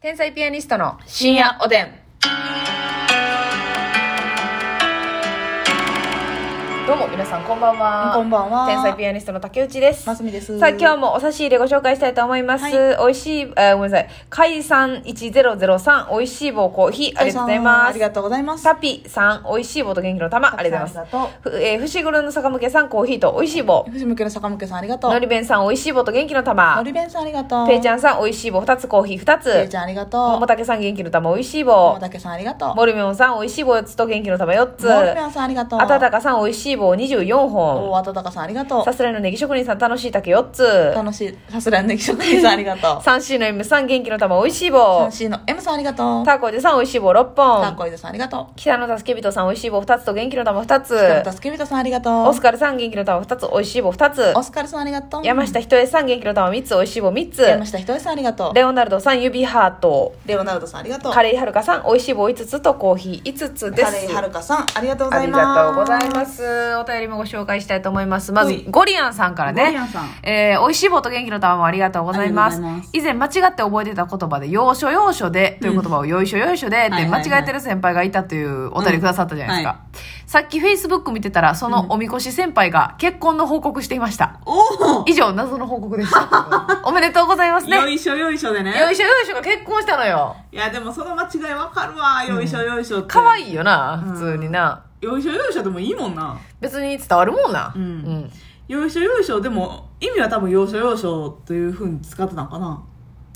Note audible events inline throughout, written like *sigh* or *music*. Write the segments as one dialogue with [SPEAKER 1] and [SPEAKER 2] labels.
[SPEAKER 1] 天才ピアニストの深夜おでん。どうも皆さんこんばんは。
[SPEAKER 2] こんばんは
[SPEAKER 1] 天才ピアニストの竹内です。
[SPEAKER 2] マスミです。
[SPEAKER 1] さあ今日もお差し入れご紹介したいと思います。
[SPEAKER 2] はい
[SPEAKER 1] 美味しい、えーごめんなさい。海産1003、美味しい棒コーヒー、ありがとうございます。
[SPEAKER 2] ありがとうございます。
[SPEAKER 1] タピさん、美味しい棒と元気の玉、ありがとうござい
[SPEAKER 2] たくさんあ
[SPEAKER 1] ま
[SPEAKER 2] り
[SPEAKER 1] す。ふえー、伏黒の坂向けさん、コーヒーと美味しい棒。
[SPEAKER 2] 藤向けの坂向けさんありがとう。
[SPEAKER 1] のり弁さん、美味しい棒と元気の
[SPEAKER 2] の
[SPEAKER 1] 玉。
[SPEAKER 2] り弁さんありがとう。
[SPEAKER 1] ペイち
[SPEAKER 2] ん。
[SPEAKER 1] ゃんさん、美味しい棒2つ、コーヒー2
[SPEAKER 2] ぺい
[SPEAKER 1] つ
[SPEAKER 2] ち。ゃんありがとう。
[SPEAKER 1] 桃竹さん、元気の玉、美味しい
[SPEAKER 2] 桃
[SPEAKER 1] 棒。
[SPEAKER 2] 竹さんありがとう。
[SPEAKER 1] モルミョンさん、美味しい棒4つと元気の玉4つ。
[SPEAKER 2] モルミョンさんありがとう。
[SPEAKER 1] あたたかさん、美味しい棒24本。
[SPEAKER 2] 大あたたかさんありがと
[SPEAKER 1] さ
[SPEAKER 2] う。
[SPEAKER 1] すらいのネギ職人さん、楽しい竹4つ。
[SPEAKER 2] 楽しい。さすらいのね職人さんありがとう。
[SPEAKER 1] 3C の M さん、元気の玉、美味しい棒
[SPEAKER 2] 三。C の M さんありがとう。
[SPEAKER 1] ターコイズさん、美味しい棒6
[SPEAKER 2] ター
[SPEAKER 1] 本。
[SPEAKER 2] コイズさんありがと
[SPEAKER 1] 北野助け人さん、美味しい棒2つと元気の玉2
[SPEAKER 2] う。北野
[SPEAKER 1] つ。
[SPEAKER 2] 助人さんありがとう。
[SPEAKER 1] オスカルさん、元気の玉2つ、美味しい棒2つ
[SPEAKER 2] オ。スカルさんありがとう。
[SPEAKER 1] 山下ひとえさん、元気の玉3つ、美味しい棒3
[SPEAKER 2] 山
[SPEAKER 1] つ。
[SPEAKER 2] 下ひとえさんありがとう。
[SPEAKER 1] レオナルドさん、指ハート。
[SPEAKER 2] レオナルドさんありがとう。
[SPEAKER 1] カ
[SPEAKER 2] レ
[SPEAKER 1] レイはるかさん、美味しい棒5つとコーヒー5つです。
[SPEAKER 2] カレイはるかさんありがとうご
[SPEAKER 1] あ
[SPEAKER 2] ざい
[SPEAKER 1] り
[SPEAKER 2] ます。
[SPEAKER 1] がとうございます。お便りもご紹介したいと思います。ま
[SPEAKER 2] は
[SPEAKER 1] ず
[SPEAKER 2] い、
[SPEAKER 1] ゴリアンさんからね。
[SPEAKER 2] ゴリアンさん
[SPEAKER 1] えー、美味しい棒と元気の玉もありがとうございます。
[SPEAKER 2] ありがとうございます
[SPEAKER 1] 以前間違って覚えてた言葉で、要所要所でという言葉をよいしょよいしょで
[SPEAKER 2] い
[SPEAKER 1] っ
[SPEAKER 2] はい
[SPEAKER 1] て
[SPEAKER 2] はい
[SPEAKER 1] 間違えてる先輩がいたというお便りくださったじゃないですか。
[SPEAKER 2] うんは
[SPEAKER 1] さっき Facebook 見てたら、そのおみこし先輩が結婚の報告していました。
[SPEAKER 2] お
[SPEAKER 1] 以上、謎の報告で
[SPEAKER 2] *laughs*
[SPEAKER 1] した。おめでとうございます
[SPEAKER 2] お
[SPEAKER 1] ね。
[SPEAKER 2] よ
[SPEAKER 1] よ
[SPEAKER 2] いしょよいしょでね。
[SPEAKER 1] いしょよいしょが結婚したのよ。
[SPEAKER 2] いやでもその間違いわかるわよいしょよいしょって
[SPEAKER 1] 可愛いよな、普通にな。
[SPEAKER 2] よいしょよいしょでもいいもんな
[SPEAKER 1] 別に伝わるもんな。
[SPEAKER 2] うん
[SPEAKER 1] うん
[SPEAKER 2] よいしょよいしょでも意味は多分よいしょよいしょというふうに使ってたのかな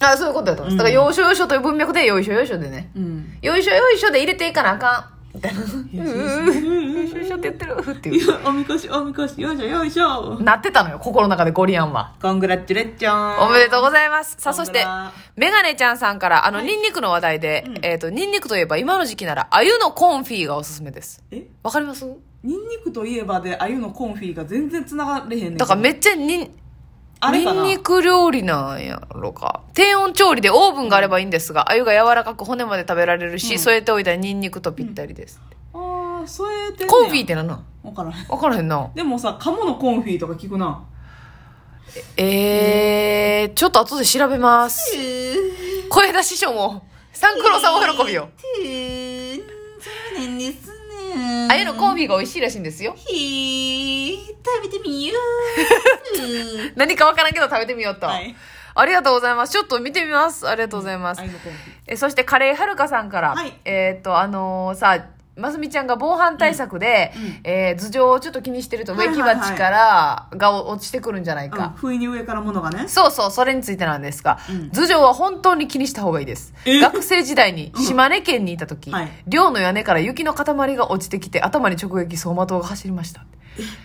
[SPEAKER 1] あそういうことだと思います。だから、要所要所という文脈で、よいしょよいしょでね。
[SPEAKER 2] うん
[SPEAKER 1] よいしょよいしょで入れていかなあかん。みたいな。う
[SPEAKER 2] よいしょ
[SPEAKER 1] ーよいしょよいしょって言ってるっていう。
[SPEAKER 2] おみこしおみこしよいしょよいしょ
[SPEAKER 1] なってたのよ、心の中でゴリアンは。
[SPEAKER 2] コングラッチュレッチョン
[SPEAKER 1] おめでとうございます。さあ、
[SPEAKER 2] こ
[SPEAKER 1] そ
[SPEAKER 2] ん
[SPEAKER 1] し
[SPEAKER 2] ばん
[SPEAKER 1] て
[SPEAKER 2] は、
[SPEAKER 1] メガネちゃんさんから、あの、ニンニクの話題で、えっと、ニンニクといえば今の時期なら、鮎のコンフィがおすすめです。
[SPEAKER 2] え
[SPEAKER 1] わかります
[SPEAKER 2] ニンニクといえばであゆのコンフィが全然つながれへんねん
[SPEAKER 1] だからめっちゃニン、
[SPEAKER 2] あれ
[SPEAKER 1] ニ
[SPEAKER 2] か
[SPEAKER 1] ン
[SPEAKER 2] な
[SPEAKER 1] ニク料理なんやろか。低温調理でオーブンがあればいいんですが、鮎が柔らかく骨まで食べられるし、添えておいたニンニクとぴったりです。
[SPEAKER 2] ああそうやって
[SPEAKER 1] コンフィっ
[SPEAKER 2] で
[SPEAKER 1] てなんなん
[SPEAKER 2] 分からへん
[SPEAKER 1] わからへんな。
[SPEAKER 2] でもさ鴨のコンフィとか聞くな
[SPEAKER 1] えー、ちょっと後で調べます。声出し師匠も、サンクロさんお喜びよ。
[SPEAKER 2] そうなんですね
[SPEAKER 1] あゆのコンフィが美味しいらしいんですよ。
[SPEAKER 2] ひー、食べてみよう。
[SPEAKER 1] 何かわからんけど食べてみよう *laughs* と。
[SPEAKER 2] はい
[SPEAKER 1] ありがとうございます。ちょっと見てみます。ありがとうございます。
[SPEAKER 2] 愛のコン
[SPEAKER 1] えそしてカレーはるかさんから、
[SPEAKER 2] はい
[SPEAKER 1] えーっとあのーさますみちゃんが防犯対策で、えー頭上をちょっと気にしてると
[SPEAKER 2] はい
[SPEAKER 1] 植
[SPEAKER 2] はい
[SPEAKER 1] 木
[SPEAKER 2] はい
[SPEAKER 1] 鉢からが落ちてくるんじゃない
[SPEAKER 2] フィ。うん
[SPEAKER 1] か、
[SPEAKER 2] 不意に上から物がね。
[SPEAKER 1] そうそうそれについてなんですが、
[SPEAKER 2] うん
[SPEAKER 1] 頭上は本当に気にした方がいいです
[SPEAKER 2] え
[SPEAKER 1] 学生時代に島根県にいた時、
[SPEAKER 2] はい
[SPEAKER 1] 寮の屋根から雪の塊が落ちてきて頭に直撃走馬灯が走りました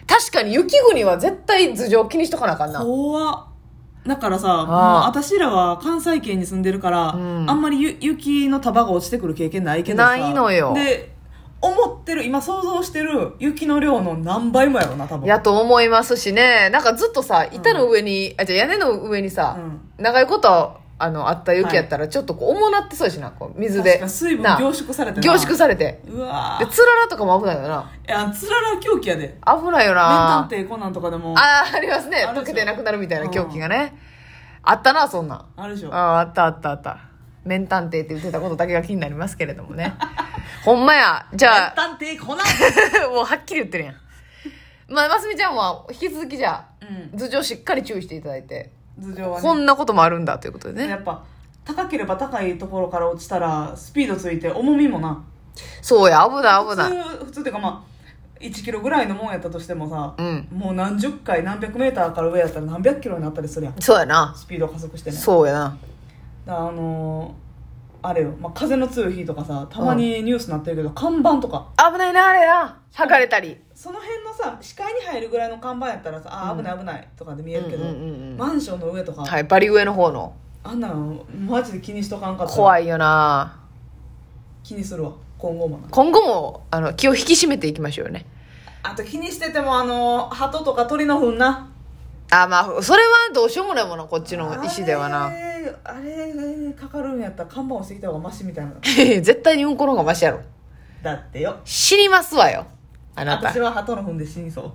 [SPEAKER 1] 確かに雪国は絶対頭上気にしとかなあかんな
[SPEAKER 2] 怖っだからさ、
[SPEAKER 1] ー
[SPEAKER 2] もう私らは関西圏に住んでるから、
[SPEAKER 1] うん
[SPEAKER 2] あんまりゆ雪の束が落ちてくる経験ないけどさ。
[SPEAKER 1] ないのよ
[SPEAKER 2] で、思ってる、今想像してる雪の量の何倍もやろな、多分。
[SPEAKER 1] やと思いますしねなんかずっとさ板の上に、あじゃあ屋根の上にさ、
[SPEAKER 2] うん
[SPEAKER 1] 長いことあのあった雪やったらちょっとこう重なってそうやしなこう水
[SPEAKER 2] 確
[SPEAKER 1] で
[SPEAKER 2] か水分
[SPEAKER 1] な
[SPEAKER 2] 凝縮されて
[SPEAKER 1] 凝縮
[SPEAKER 2] さ
[SPEAKER 1] されて
[SPEAKER 2] うわ
[SPEAKER 1] で
[SPEAKER 2] ー
[SPEAKER 1] つららとかも危ないよない
[SPEAKER 2] や、つらら狂気やで。
[SPEAKER 1] 危ないよ
[SPEAKER 2] 名探
[SPEAKER 1] な
[SPEAKER 2] 偵コナンとかでも、あ
[SPEAKER 1] あーありますね
[SPEAKER 2] ある
[SPEAKER 1] 溶
[SPEAKER 2] で
[SPEAKER 1] け
[SPEAKER 2] しょ
[SPEAKER 1] てなくなるみたいな狂気がね、あったなそんなん
[SPEAKER 2] るでしょ。
[SPEAKER 1] ああったあったあった面探偵って言ってたことだけが気になりますけれどもねほんまやじゃあ
[SPEAKER 2] 名探偵コナ
[SPEAKER 1] *laughs*
[SPEAKER 2] ン
[SPEAKER 1] もうはっきり言ってるやん。まあ、ますみちゃんは引き続きじゃあ、
[SPEAKER 2] う
[SPEAKER 1] 頭上しっかり注意していただいて、
[SPEAKER 2] 頭上はね
[SPEAKER 1] こんなこともあるんだということで
[SPEAKER 2] や
[SPEAKER 1] ね。
[SPEAKER 2] っぱ高ければ高いところから落ちたらスピードついて重みもな
[SPEAKER 1] そうや、危ない危ない。
[SPEAKER 2] 普通普通っていうかまあ1キロぐらいのもんやったとしてもさ、
[SPEAKER 1] うん
[SPEAKER 2] もう何十回何百メーターから上やったら何百キロになったりするやん
[SPEAKER 1] そうやな。
[SPEAKER 2] スピード加速してね
[SPEAKER 1] そうやな。
[SPEAKER 2] だからあのーあれよ、まあ、風の強い日とかさたまにニュースなってるけど、看板とか
[SPEAKER 1] 危ないな、あれな。剥がれたり。
[SPEAKER 2] その辺のさ視界に入るぐらいの看板やったらさ、あー危ない危ないとかで見えるけど、
[SPEAKER 1] うんうんうんうん
[SPEAKER 2] マンションの上とか、
[SPEAKER 1] はい、バリ上の方の。
[SPEAKER 2] あんなのマジで気にしとかんかったら
[SPEAKER 1] 怖いよな。
[SPEAKER 2] 気にするわ今後もな
[SPEAKER 1] 今後も、あの、気を引き締めていきましょうよね。
[SPEAKER 2] あと気にしててもあの鳩とか鳥の糞な
[SPEAKER 1] あ、まあ、それはどうしようもないもの、こっちの意思では
[SPEAKER 2] あ
[SPEAKER 1] な。 *laughs*
[SPEAKER 2] れあれかかるんやったら看板をしてきた方がマシみたいな
[SPEAKER 1] 絶対にうんこの方がマシやろ。
[SPEAKER 2] だってよ
[SPEAKER 1] 死にますわよ。あなた *laughs*
[SPEAKER 2] 私は鳩の糞で死にそう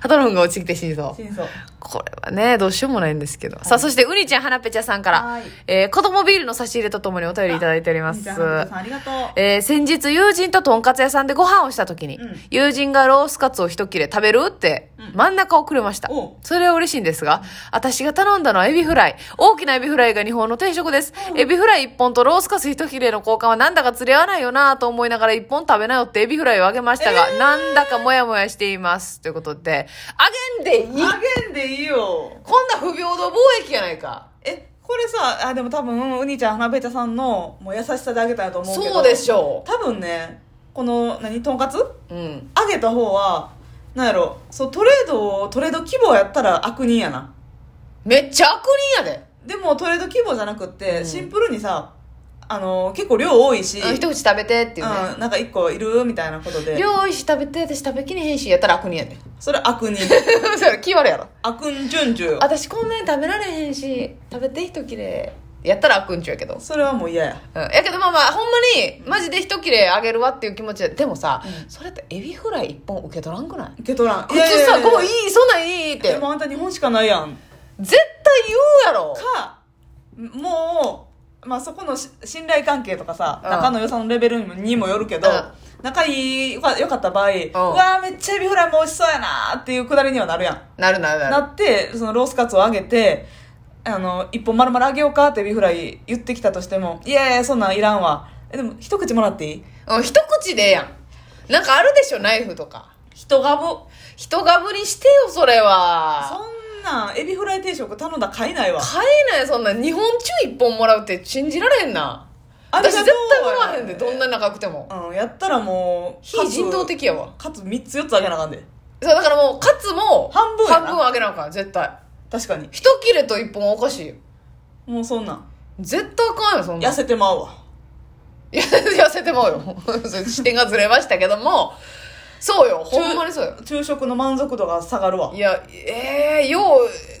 [SPEAKER 1] ハトロンが落ちてきて死にそう
[SPEAKER 2] 死にそう
[SPEAKER 1] これはねどうしようもないんですけど、さあそしてウニちゃんはなぺちゃさんから
[SPEAKER 2] はい、
[SPEAKER 1] えー子供ビールの差し入れとともにお便りいただいております
[SPEAKER 2] じゃあ鳩さんありがとう
[SPEAKER 1] えー先日友人ととんかつ屋さんでご飯をした時に、
[SPEAKER 2] うん
[SPEAKER 1] 友人がロースカツを一切れ食べるって
[SPEAKER 2] うん
[SPEAKER 1] 真ん中をくれました、
[SPEAKER 2] おう
[SPEAKER 1] それは嬉しいんですが私が頼んだのはエビフライ大きなエビフライが日本の定食です、エビフライ1本とロースカツ一切れの交換はなんだか釣り合わないよなと思いながら1本食べなよってエビフライをあげましたが、なんだかモヤモヤしていますということであげんでいい
[SPEAKER 2] あげんでいいよ
[SPEAKER 1] こんな不平等貿易やないか
[SPEAKER 2] えこれさあでも多分ウニちゃん花べちゃさんのもう優しさであげたんやと思うけど
[SPEAKER 1] そうでしょ
[SPEAKER 2] 多分ねこの何とんかつ
[SPEAKER 1] ううん
[SPEAKER 2] あげた方はなんやろそうトレードをトレード規模やったら悪人やな
[SPEAKER 1] めっちゃ悪人やで
[SPEAKER 2] でもトレード規模じゃなくって、
[SPEAKER 1] うん
[SPEAKER 2] シンプルにさあの結構量多いし、
[SPEAKER 1] あ一口食べてっていうね、
[SPEAKER 2] うん、なんか1個いるみたいなことで
[SPEAKER 1] 量美味しい食べて私食べきれへんしやったら悪人やねん *laughs*
[SPEAKER 2] それ悪人
[SPEAKER 1] それ気悪いやろ
[SPEAKER 2] 悪ん順々
[SPEAKER 1] 私こんなに食べられへんし食べて一切れやったら悪んちゅうやけど、
[SPEAKER 2] それはもう嫌や
[SPEAKER 1] うん、やけどまあまあほんまにマジで一切れあげるわっていう気持ちででもさ、
[SPEAKER 2] う
[SPEAKER 1] それってエビフライ一本受け取らんくない
[SPEAKER 2] 受け取らん
[SPEAKER 1] 普通さ「ここい
[SPEAKER 2] っ
[SPEAKER 1] いそんなんいい」って
[SPEAKER 2] でもあんた日本しかないやん
[SPEAKER 1] 絶対言うやろ
[SPEAKER 2] かもう、まあ、そこのし信頼関係とかさ、
[SPEAKER 1] うん
[SPEAKER 2] 仲の良さのレベルにもにもよるけど、
[SPEAKER 1] う
[SPEAKER 2] 仲いいよかよかった場合、うわーめっちゃエビフライも美味しそうやなーっていうくだりにはなるやん
[SPEAKER 1] なるなるなる
[SPEAKER 2] なってそのロースカツをあげてあの一本丸々あげようかってエビフライ言ってきたとしてもいやいやそんなんいらんわえでも一口もらっていい
[SPEAKER 1] うん、一口でええやんなんかあるでしょナイフとか人がぶ人がぶりしてよそれは
[SPEAKER 2] そんなんエビフライ定食頼んだら買えないわ
[SPEAKER 1] 買えないそんな日本中1本もらうって信じられんな
[SPEAKER 2] ありが
[SPEAKER 1] 私
[SPEAKER 2] とう
[SPEAKER 1] 絶対もらわへんでどんな仲良くても
[SPEAKER 2] うんやったらもう
[SPEAKER 1] 非人道的やわ
[SPEAKER 2] カツ3つ4つあげなあかんで
[SPEAKER 1] そうだからもうカツも
[SPEAKER 2] 半分やな
[SPEAKER 1] あげなあかん絶対
[SPEAKER 2] 確かに
[SPEAKER 1] 一切れと1本はおかしいよ
[SPEAKER 2] もうそんなん
[SPEAKER 1] 絶対あかんよそんな
[SPEAKER 2] 痩せてまうわ
[SPEAKER 1] いや *laughs* 痩せてもうよ *laughs* そう視点がずれましたけどもそうよほんまにそうよ
[SPEAKER 2] 昼食の満足度が下がるわ
[SPEAKER 1] いやええよ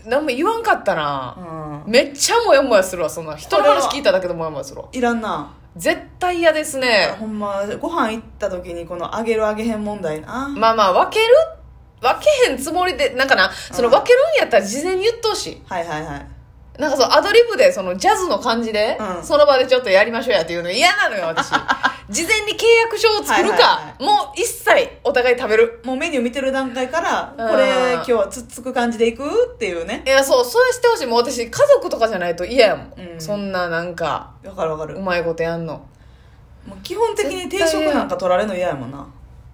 [SPEAKER 1] う何も言わんかったな、
[SPEAKER 2] うん
[SPEAKER 1] めっちゃモヤモヤするわそんな人の話聞いただけでモヤモヤするわ
[SPEAKER 2] いらんな
[SPEAKER 1] 絶対嫌ですね
[SPEAKER 2] ほんまご飯行った時にこのあげるあげへん問題な
[SPEAKER 1] まあまあ分ける分けへんつもりでなんかなその分けるんやったら事前に言っとうしい
[SPEAKER 2] はいはいはい
[SPEAKER 1] なんかそのアドリブでそのジャズの感じで、
[SPEAKER 2] うん
[SPEAKER 1] その場でちょっとやりましょうやっていうの嫌なのよ
[SPEAKER 2] *laughs*
[SPEAKER 1] 私事前に契約書を作るか、
[SPEAKER 2] はいは
[SPEAKER 1] もう一切お互い食べる
[SPEAKER 2] もうメニュー見てる段階から、
[SPEAKER 1] うん
[SPEAKER 2] これ今日はつっつく感じでいくっていうね。
[SPEAKER 1] いやそうそうしてほしいもう私家族とかじゃないと嫌やもん、
[SPEAKER 2] うん
[SPEAKER 1] そんななんか
[SPEAKER 2] わかるわかる。
[SPEAKER 1] う
[SPEAKER 2] も
[SPEAKER 1] まいことやんの
[SPEAKER 2] う基本的に定食なんか取られるの嫌やもんな。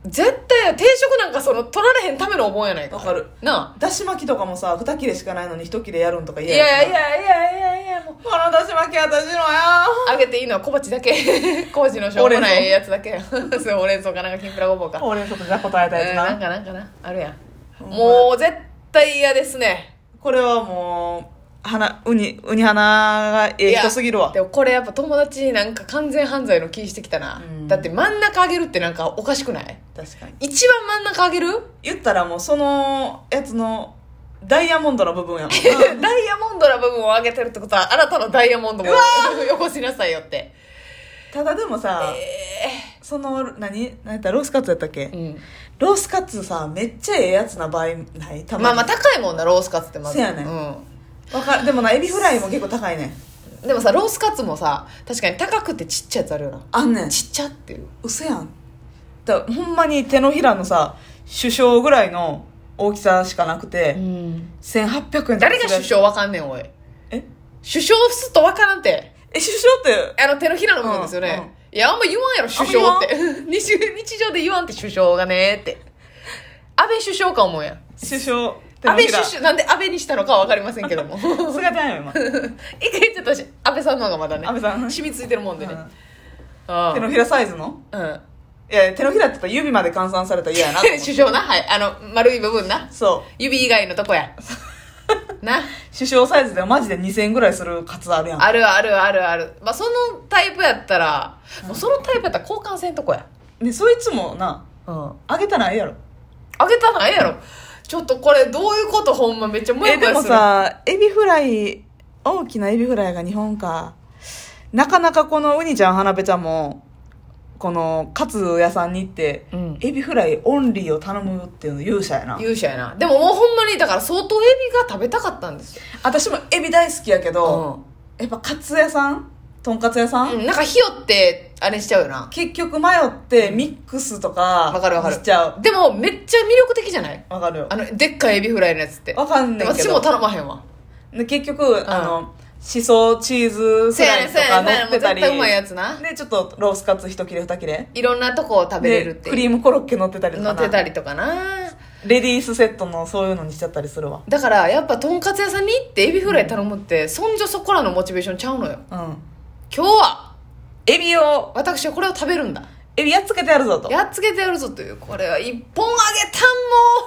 [SPEAKER 1] 絶対定食なんかその取られへんためのお盆やないか
[SPEAKER 2] わかる
[SPEAKER 1] なあ
[SPEAKER 2] だし巻きとかもさ、二切れしかないのに一切れやるんとか
[SPEAKER 1] い
[SPEAKER 2] 嫌
[SPEAKER 1] やいや
[SPEAKER 2] もん
[SPEAKER 1] い
[SPEAKER 2] な。
[SPEAKER 1] やいやいやいやもう
[SPEAKER 2] このだし巻き私のや
[SPEAKER 1] あげていいのは小鉢だ
[SPEAKER 2] *laughs*
[SPEAKER 1] け小鉢のしょうもないやつだけ *laughs* そうほうれん草かなんかきんぴらごぼうか
[SPEAKER 2] ほうれん草とじゃこ答えたや
[SPEAKER 1] え
[SPEAKER 2] つ
[SPEAKER 1] ーな
[SPEAKER 2] な。
[SPEAKER 1] んかなんかなあるやん
[SPEAKER 2] ほんま
[SPEAKER 1] もう絶対嫌ですね
[SPEAKER 2] これはもう、花、ウニ、ウニ花がええ人すぎるわ。
[SPEAKER 1] でもこれやっぱ友達なんか完全犯罪の気してきたな
[SPEAKER 2] うん
[SPEAKER 1] だって真ん中あげるってなんかおかしくない
[SPEAKER 2] 確かに。
[SPEAKER 1] 一番真ん中あげる *laughs*
[SPEAKER 2] 言ったらもうそのやつのダイヤモンドの部分やもん
[SPEAKER 1] *laughs*
[SPEAKER 2] な。
[SPEAKER 1] ダイヤモンドの部分をあげてるってことはあなたのダイヤモンドも *laughs* よこしなさいよって
[SPEAKER 2] ただでもさ、その、何何やったロースカツやったっけ、
[SPEAKER 1] うん
[SPEAKER 2] ロースカツさめっちゃええやつな場合ないたまに
[SPEAKER 1] まあまあ高いもんなロースカツってまず
[SPEAKER 2] せやねん
[SPEAKER 1] うん
[SPEAKER 2] わかるでもなエビフライも結構高いねん
[SPEAKER 1] でもさロースカツもさ確かに高くてちっちゃいやつあるよな
[SPEAKER 2] あんねん
[SPEAKER 1] ちっちゃっていう
[SPEAKER 2] 嘘やんだほんまに手のひらのさ首相ぐらいの大きさしかなくて、1800円
[SPEAKER 1] 誰が首
[SPEAKER 2] 相
[SPEAKER 1] 相わかんねんおい
[SPEAKER 2] え
[SPEAKER 1] 首相すっとわからんて
[SPEAKER 2] え首相って
[SPEAKER 1] あの手のひらの部分ですよね、
[SPEAKER 2] うんうん
[SPEAKER 1] いやあんま言わんやろ首相って *laughs* 日日常で言わんって首相がねって安倍首相か思うやん
[SPEAKER 2] 首相手
[SPEAKER 1] 安
[SPEAKER 2] の
[SPEAKER 1] 倍
[SPEAKER 2] ひら
[SPEAKER 1] 首相なんで安倍にしたのかは分かりませんけど
[SPEAKER 2] *laughs*
[SPEAKER 1] も
[SPEAKER 2] 姿やんよ今
[SPEAKER 1] 一回言っちゃったし安倍さんの方がまだね
[SPEAKER 2] 安倍さん
[SPEAKER 1] 染みついてるもんでね、
[SPEAKER 2] うん
[SPEAKER 1] ああ
[SPEAKER 2] 手のひらサイズの
[SPEAKER 1] うん
[SPEAKER 2] いや手のひらって言ったら指まで換算されたら嫌やな
[SPEAKER 1] *laughs* 首相なはいあの丸い部分な
[SPEAKER 2] そう
[SPEAKER 1] 指以外のとこ
[SPEAKER 2] *laughs*
[SPEAKER 1] やな
[SPEAKER 2] 首相サイズでマジで2000円ぐらいするカツあるや
[SPEAKER 1] *laughs*
[SPEAKER 2] ん
[SPEAKER 1] あるあるあるあるまあそのタイプやったら、もうそのタイプやったら交換せんとこや
[SPEAKER 2] ねそいつもな
[SPEAKER 1] うん
[SPEAKER 2] あげたらええやろ
[SPEAKER 1] あげたないやろちょっとこれどういうことほんまめっちゃモヤ
[SPEAKER 2] え
[SPEAKER 1] モ
[SPEAKER 2] で
[SPEAKER 1] ヤ
[SPEAKER 2] も
[SPEAKER 1] するあ
[SPEAKER 2] さエビフライ大きなエビフライが日本かなかなかこのウニちゃん花べちゃんもこのカツ屋さんに行って、
[SPEAKER 1] うん
[SPEAKER 2] エビフライオンリーを頼むっていうの勇者やな
[SPEAKER 1] 勇者やなでももうほんまにだから相当エビが食べたかったんですよ、
[SPEAKER 2] 私もエビ大好きやけど、
[SPEAKER 1] う
[SPEAKER 2] やっぱカツ屋さんとんかつ屋さん、
[SPEAKER 1] んうん、なんかひよってあれしちゃうよな
[SPEAKER 2] 結局迷ってミックスとか
[SPEAKER 1] わかるわかる
[SPEAKER 2] しちゃう
[SPEAKER 1] でもめっちゃ魅力的じゃない
[SPEAKER 2] わかるよ
[SPEAKER 1] あのでっかいエビフライのやつって
[SPEAKER 2] わかん
[SPEAKER 1] で
[SPEAKER 2] ね
[SPEAKER 1] も
[SPEAKER 2] んけ
[SPEAKER 1] 私
[SPEAKER 2] ど
[SPEAKER 1] も頼まへんわ
[SPEAKER 2] で結局、あのしそチーズフ
[SPEAKER 1] せや
[SPEAKER 2] ラ
[SPEAKER 1] ね
[SPEAKER 2] イ
[SPEAKER 1] ん
[SPEAKER 2] と
[SPEAKER 1] せや
[SPEAKER 2] か
[SPEAKER 1] ねんせやねんもう絶
[SPEAKER 2] 乗ってたり
[SPEAKER 1] 対うまいやつな
[SPEAKER 2] でちょっとロースカツ一切れ二切れ
[SPEAKER 1] いろんなとこを食べれるっ
[SPEAKER 2] で
[SPEAKER 1] て
[SPEAKER 2] ク
[SPEAKER 1] い
[SPEAKER 2] リ
[SPEAKER 1] う
[SPEAKER 2] ームコロッケ乗ってたりと
[SPEAKER 1] 乗
[SPEAKER 2] か
[SPEAKER 1] ってた
[SPEAKER 2] な
[SPEAKER 1] りとかな
[SPEAKER 2] レディースセットのそういうのにしちゃったりするわ
[SPEAKER 1] だからやっぱとんかつ屋さんに行ってエビフライ頼むって、そんじょそこらのモチベーションちゃうのよ
[SPEAKER 2] うん
[SPEAKER 1] 今日は
[SPEAKER 2] エビを
[SPEAKER 1] 私はこれを食べるんだ
[SPEAKER 2] エビやっつけてやるぞと
[SPEAKER 1] やっつけてやるぞというこれは一本あげたん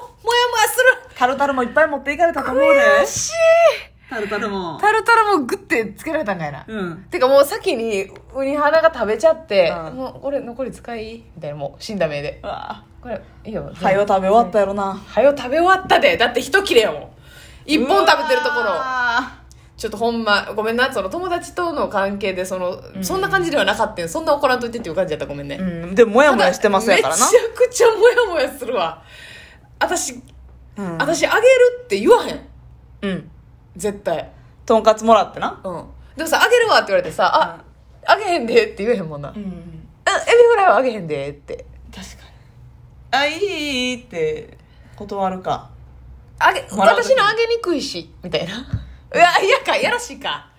[SPEAKER 1] もうもやもやす
[SPEAKER 2] タルタルもいっぱい持っていかれたと思うで
[SPEAKER 1] る悔しい
[SPEAKER 2] タルタルも
[SPEAKER 1] タルタルもグッてつけられたんかいな、
[SPEAKER 2] うん
[SPEAKER 1] てかもう先にウニ鼻が食べちゃって、
[SPEAKER 2] うん
[SPEAKER 1] もうこれ残り使いみたいなもう死んだ目で
[SPEAKER 2] うわ
[SPEAKER 1] これいいよ
[SPEAKER 2] はよ食べ終わったやろな
[SPEAKER 1] はよ食べ終わったでだって一切れやもん一本食べてるとこ
[SPEAKER 2] う
[SPEAKER 1] ろ
[SPEAKER 2] わ
[SPEAKER 1] ちょっとほんまごめんなその友達との関係でその、そんな感じではなかったよそんな怒らんといてっていう感じやったごめんね、
[SPEAKER 2] ーうんでももやもやしてますやからな
[SPEAKER 1] めちゃくちゃモヤモヤするわ私、
[SPEAKER 2] うん
[SPEAKER 1] 私あげるって言わへん
[SPEAKER 2] うん
[SPEAKER 1] 絶対
[SPEAKER 2] とんかつもらってな
[SPEAKER 1] うんでもさあげるわって言われてさあ、あげへんでって言えへんもんな、うん、エ
[SPEAKER 2] ん
[SPEAKER 1] ビフライはあげへんでって
[SPEAKER 2] 確かにあいいって断るか
[SPEAKER 1] あげ
[SPEAKER 2] もらう時
[SPEAKER 1] 私のあげにくいしみたいなうわ嫌かやらしいか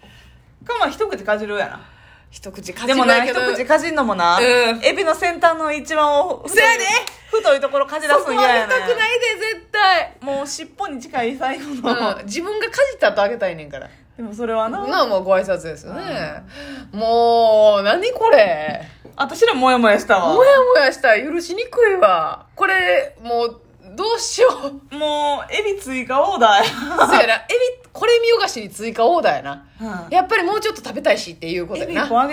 [SPEAKER 2] かまあ一口かじるやな
[SPEAKER 1] 一口かじ
[SPEAKER 2] でも
[SPEAKER 1] る
[SPEAKER 2] な
[SPEAKER 1] や
[SPEAKER 2] 一
[SPEAKER 1] けど
[SPEAKER 2] 口かじんのもな、
[SPEAKER 1] うん
[SPEAKER 2] エビの先端の一番を
[SPEAKER 1] そやで
[SPEAKER 2] 太いところかじら
[SPEAKER 1] そ
[SPEAKER 2] す
[SPEAKER 1] こ
[SPEAKER 2] ん
[SPEAKER 1] は
[SPEAKER 2] 嫌
[SPEAKER 1] あ
[SPEAKER 2] や
[SPEAKER 1] げた
[SPEAKER 2] ね
[SPEAKER 1] くないで絶対
[SPEAKER 2] んもう尻尾に近い最後の、
[SPEAKER 1] うん、自分がかじった後あげたいねんから。
[SPEAKER 2] でもそれはな、
[SPEAKER 1] まあまあご挨拶ですよね。もう、何これ。
[SPEAKER 2] 私らもやもやしたわ
[SPEAKER 1] もやもやしたら許しにくいわ。これ、もう、どうしよう。
[SPEAKER 2] もうエビ追加オーダ
[SPEAKER 1] そうやな。エビ、これ見よがしに追加オーダーやな。
[SPEAKER 2] ーや、
[SPEAKER 1] やっぱりもうちょっと食べたいしっていうこと
[SPEAKER 2] エ
[SPEAKER 1] や
[SPEAKER 2] ビ
[SPEAKER 1] な
[SPEAKER 2] 1。本あげ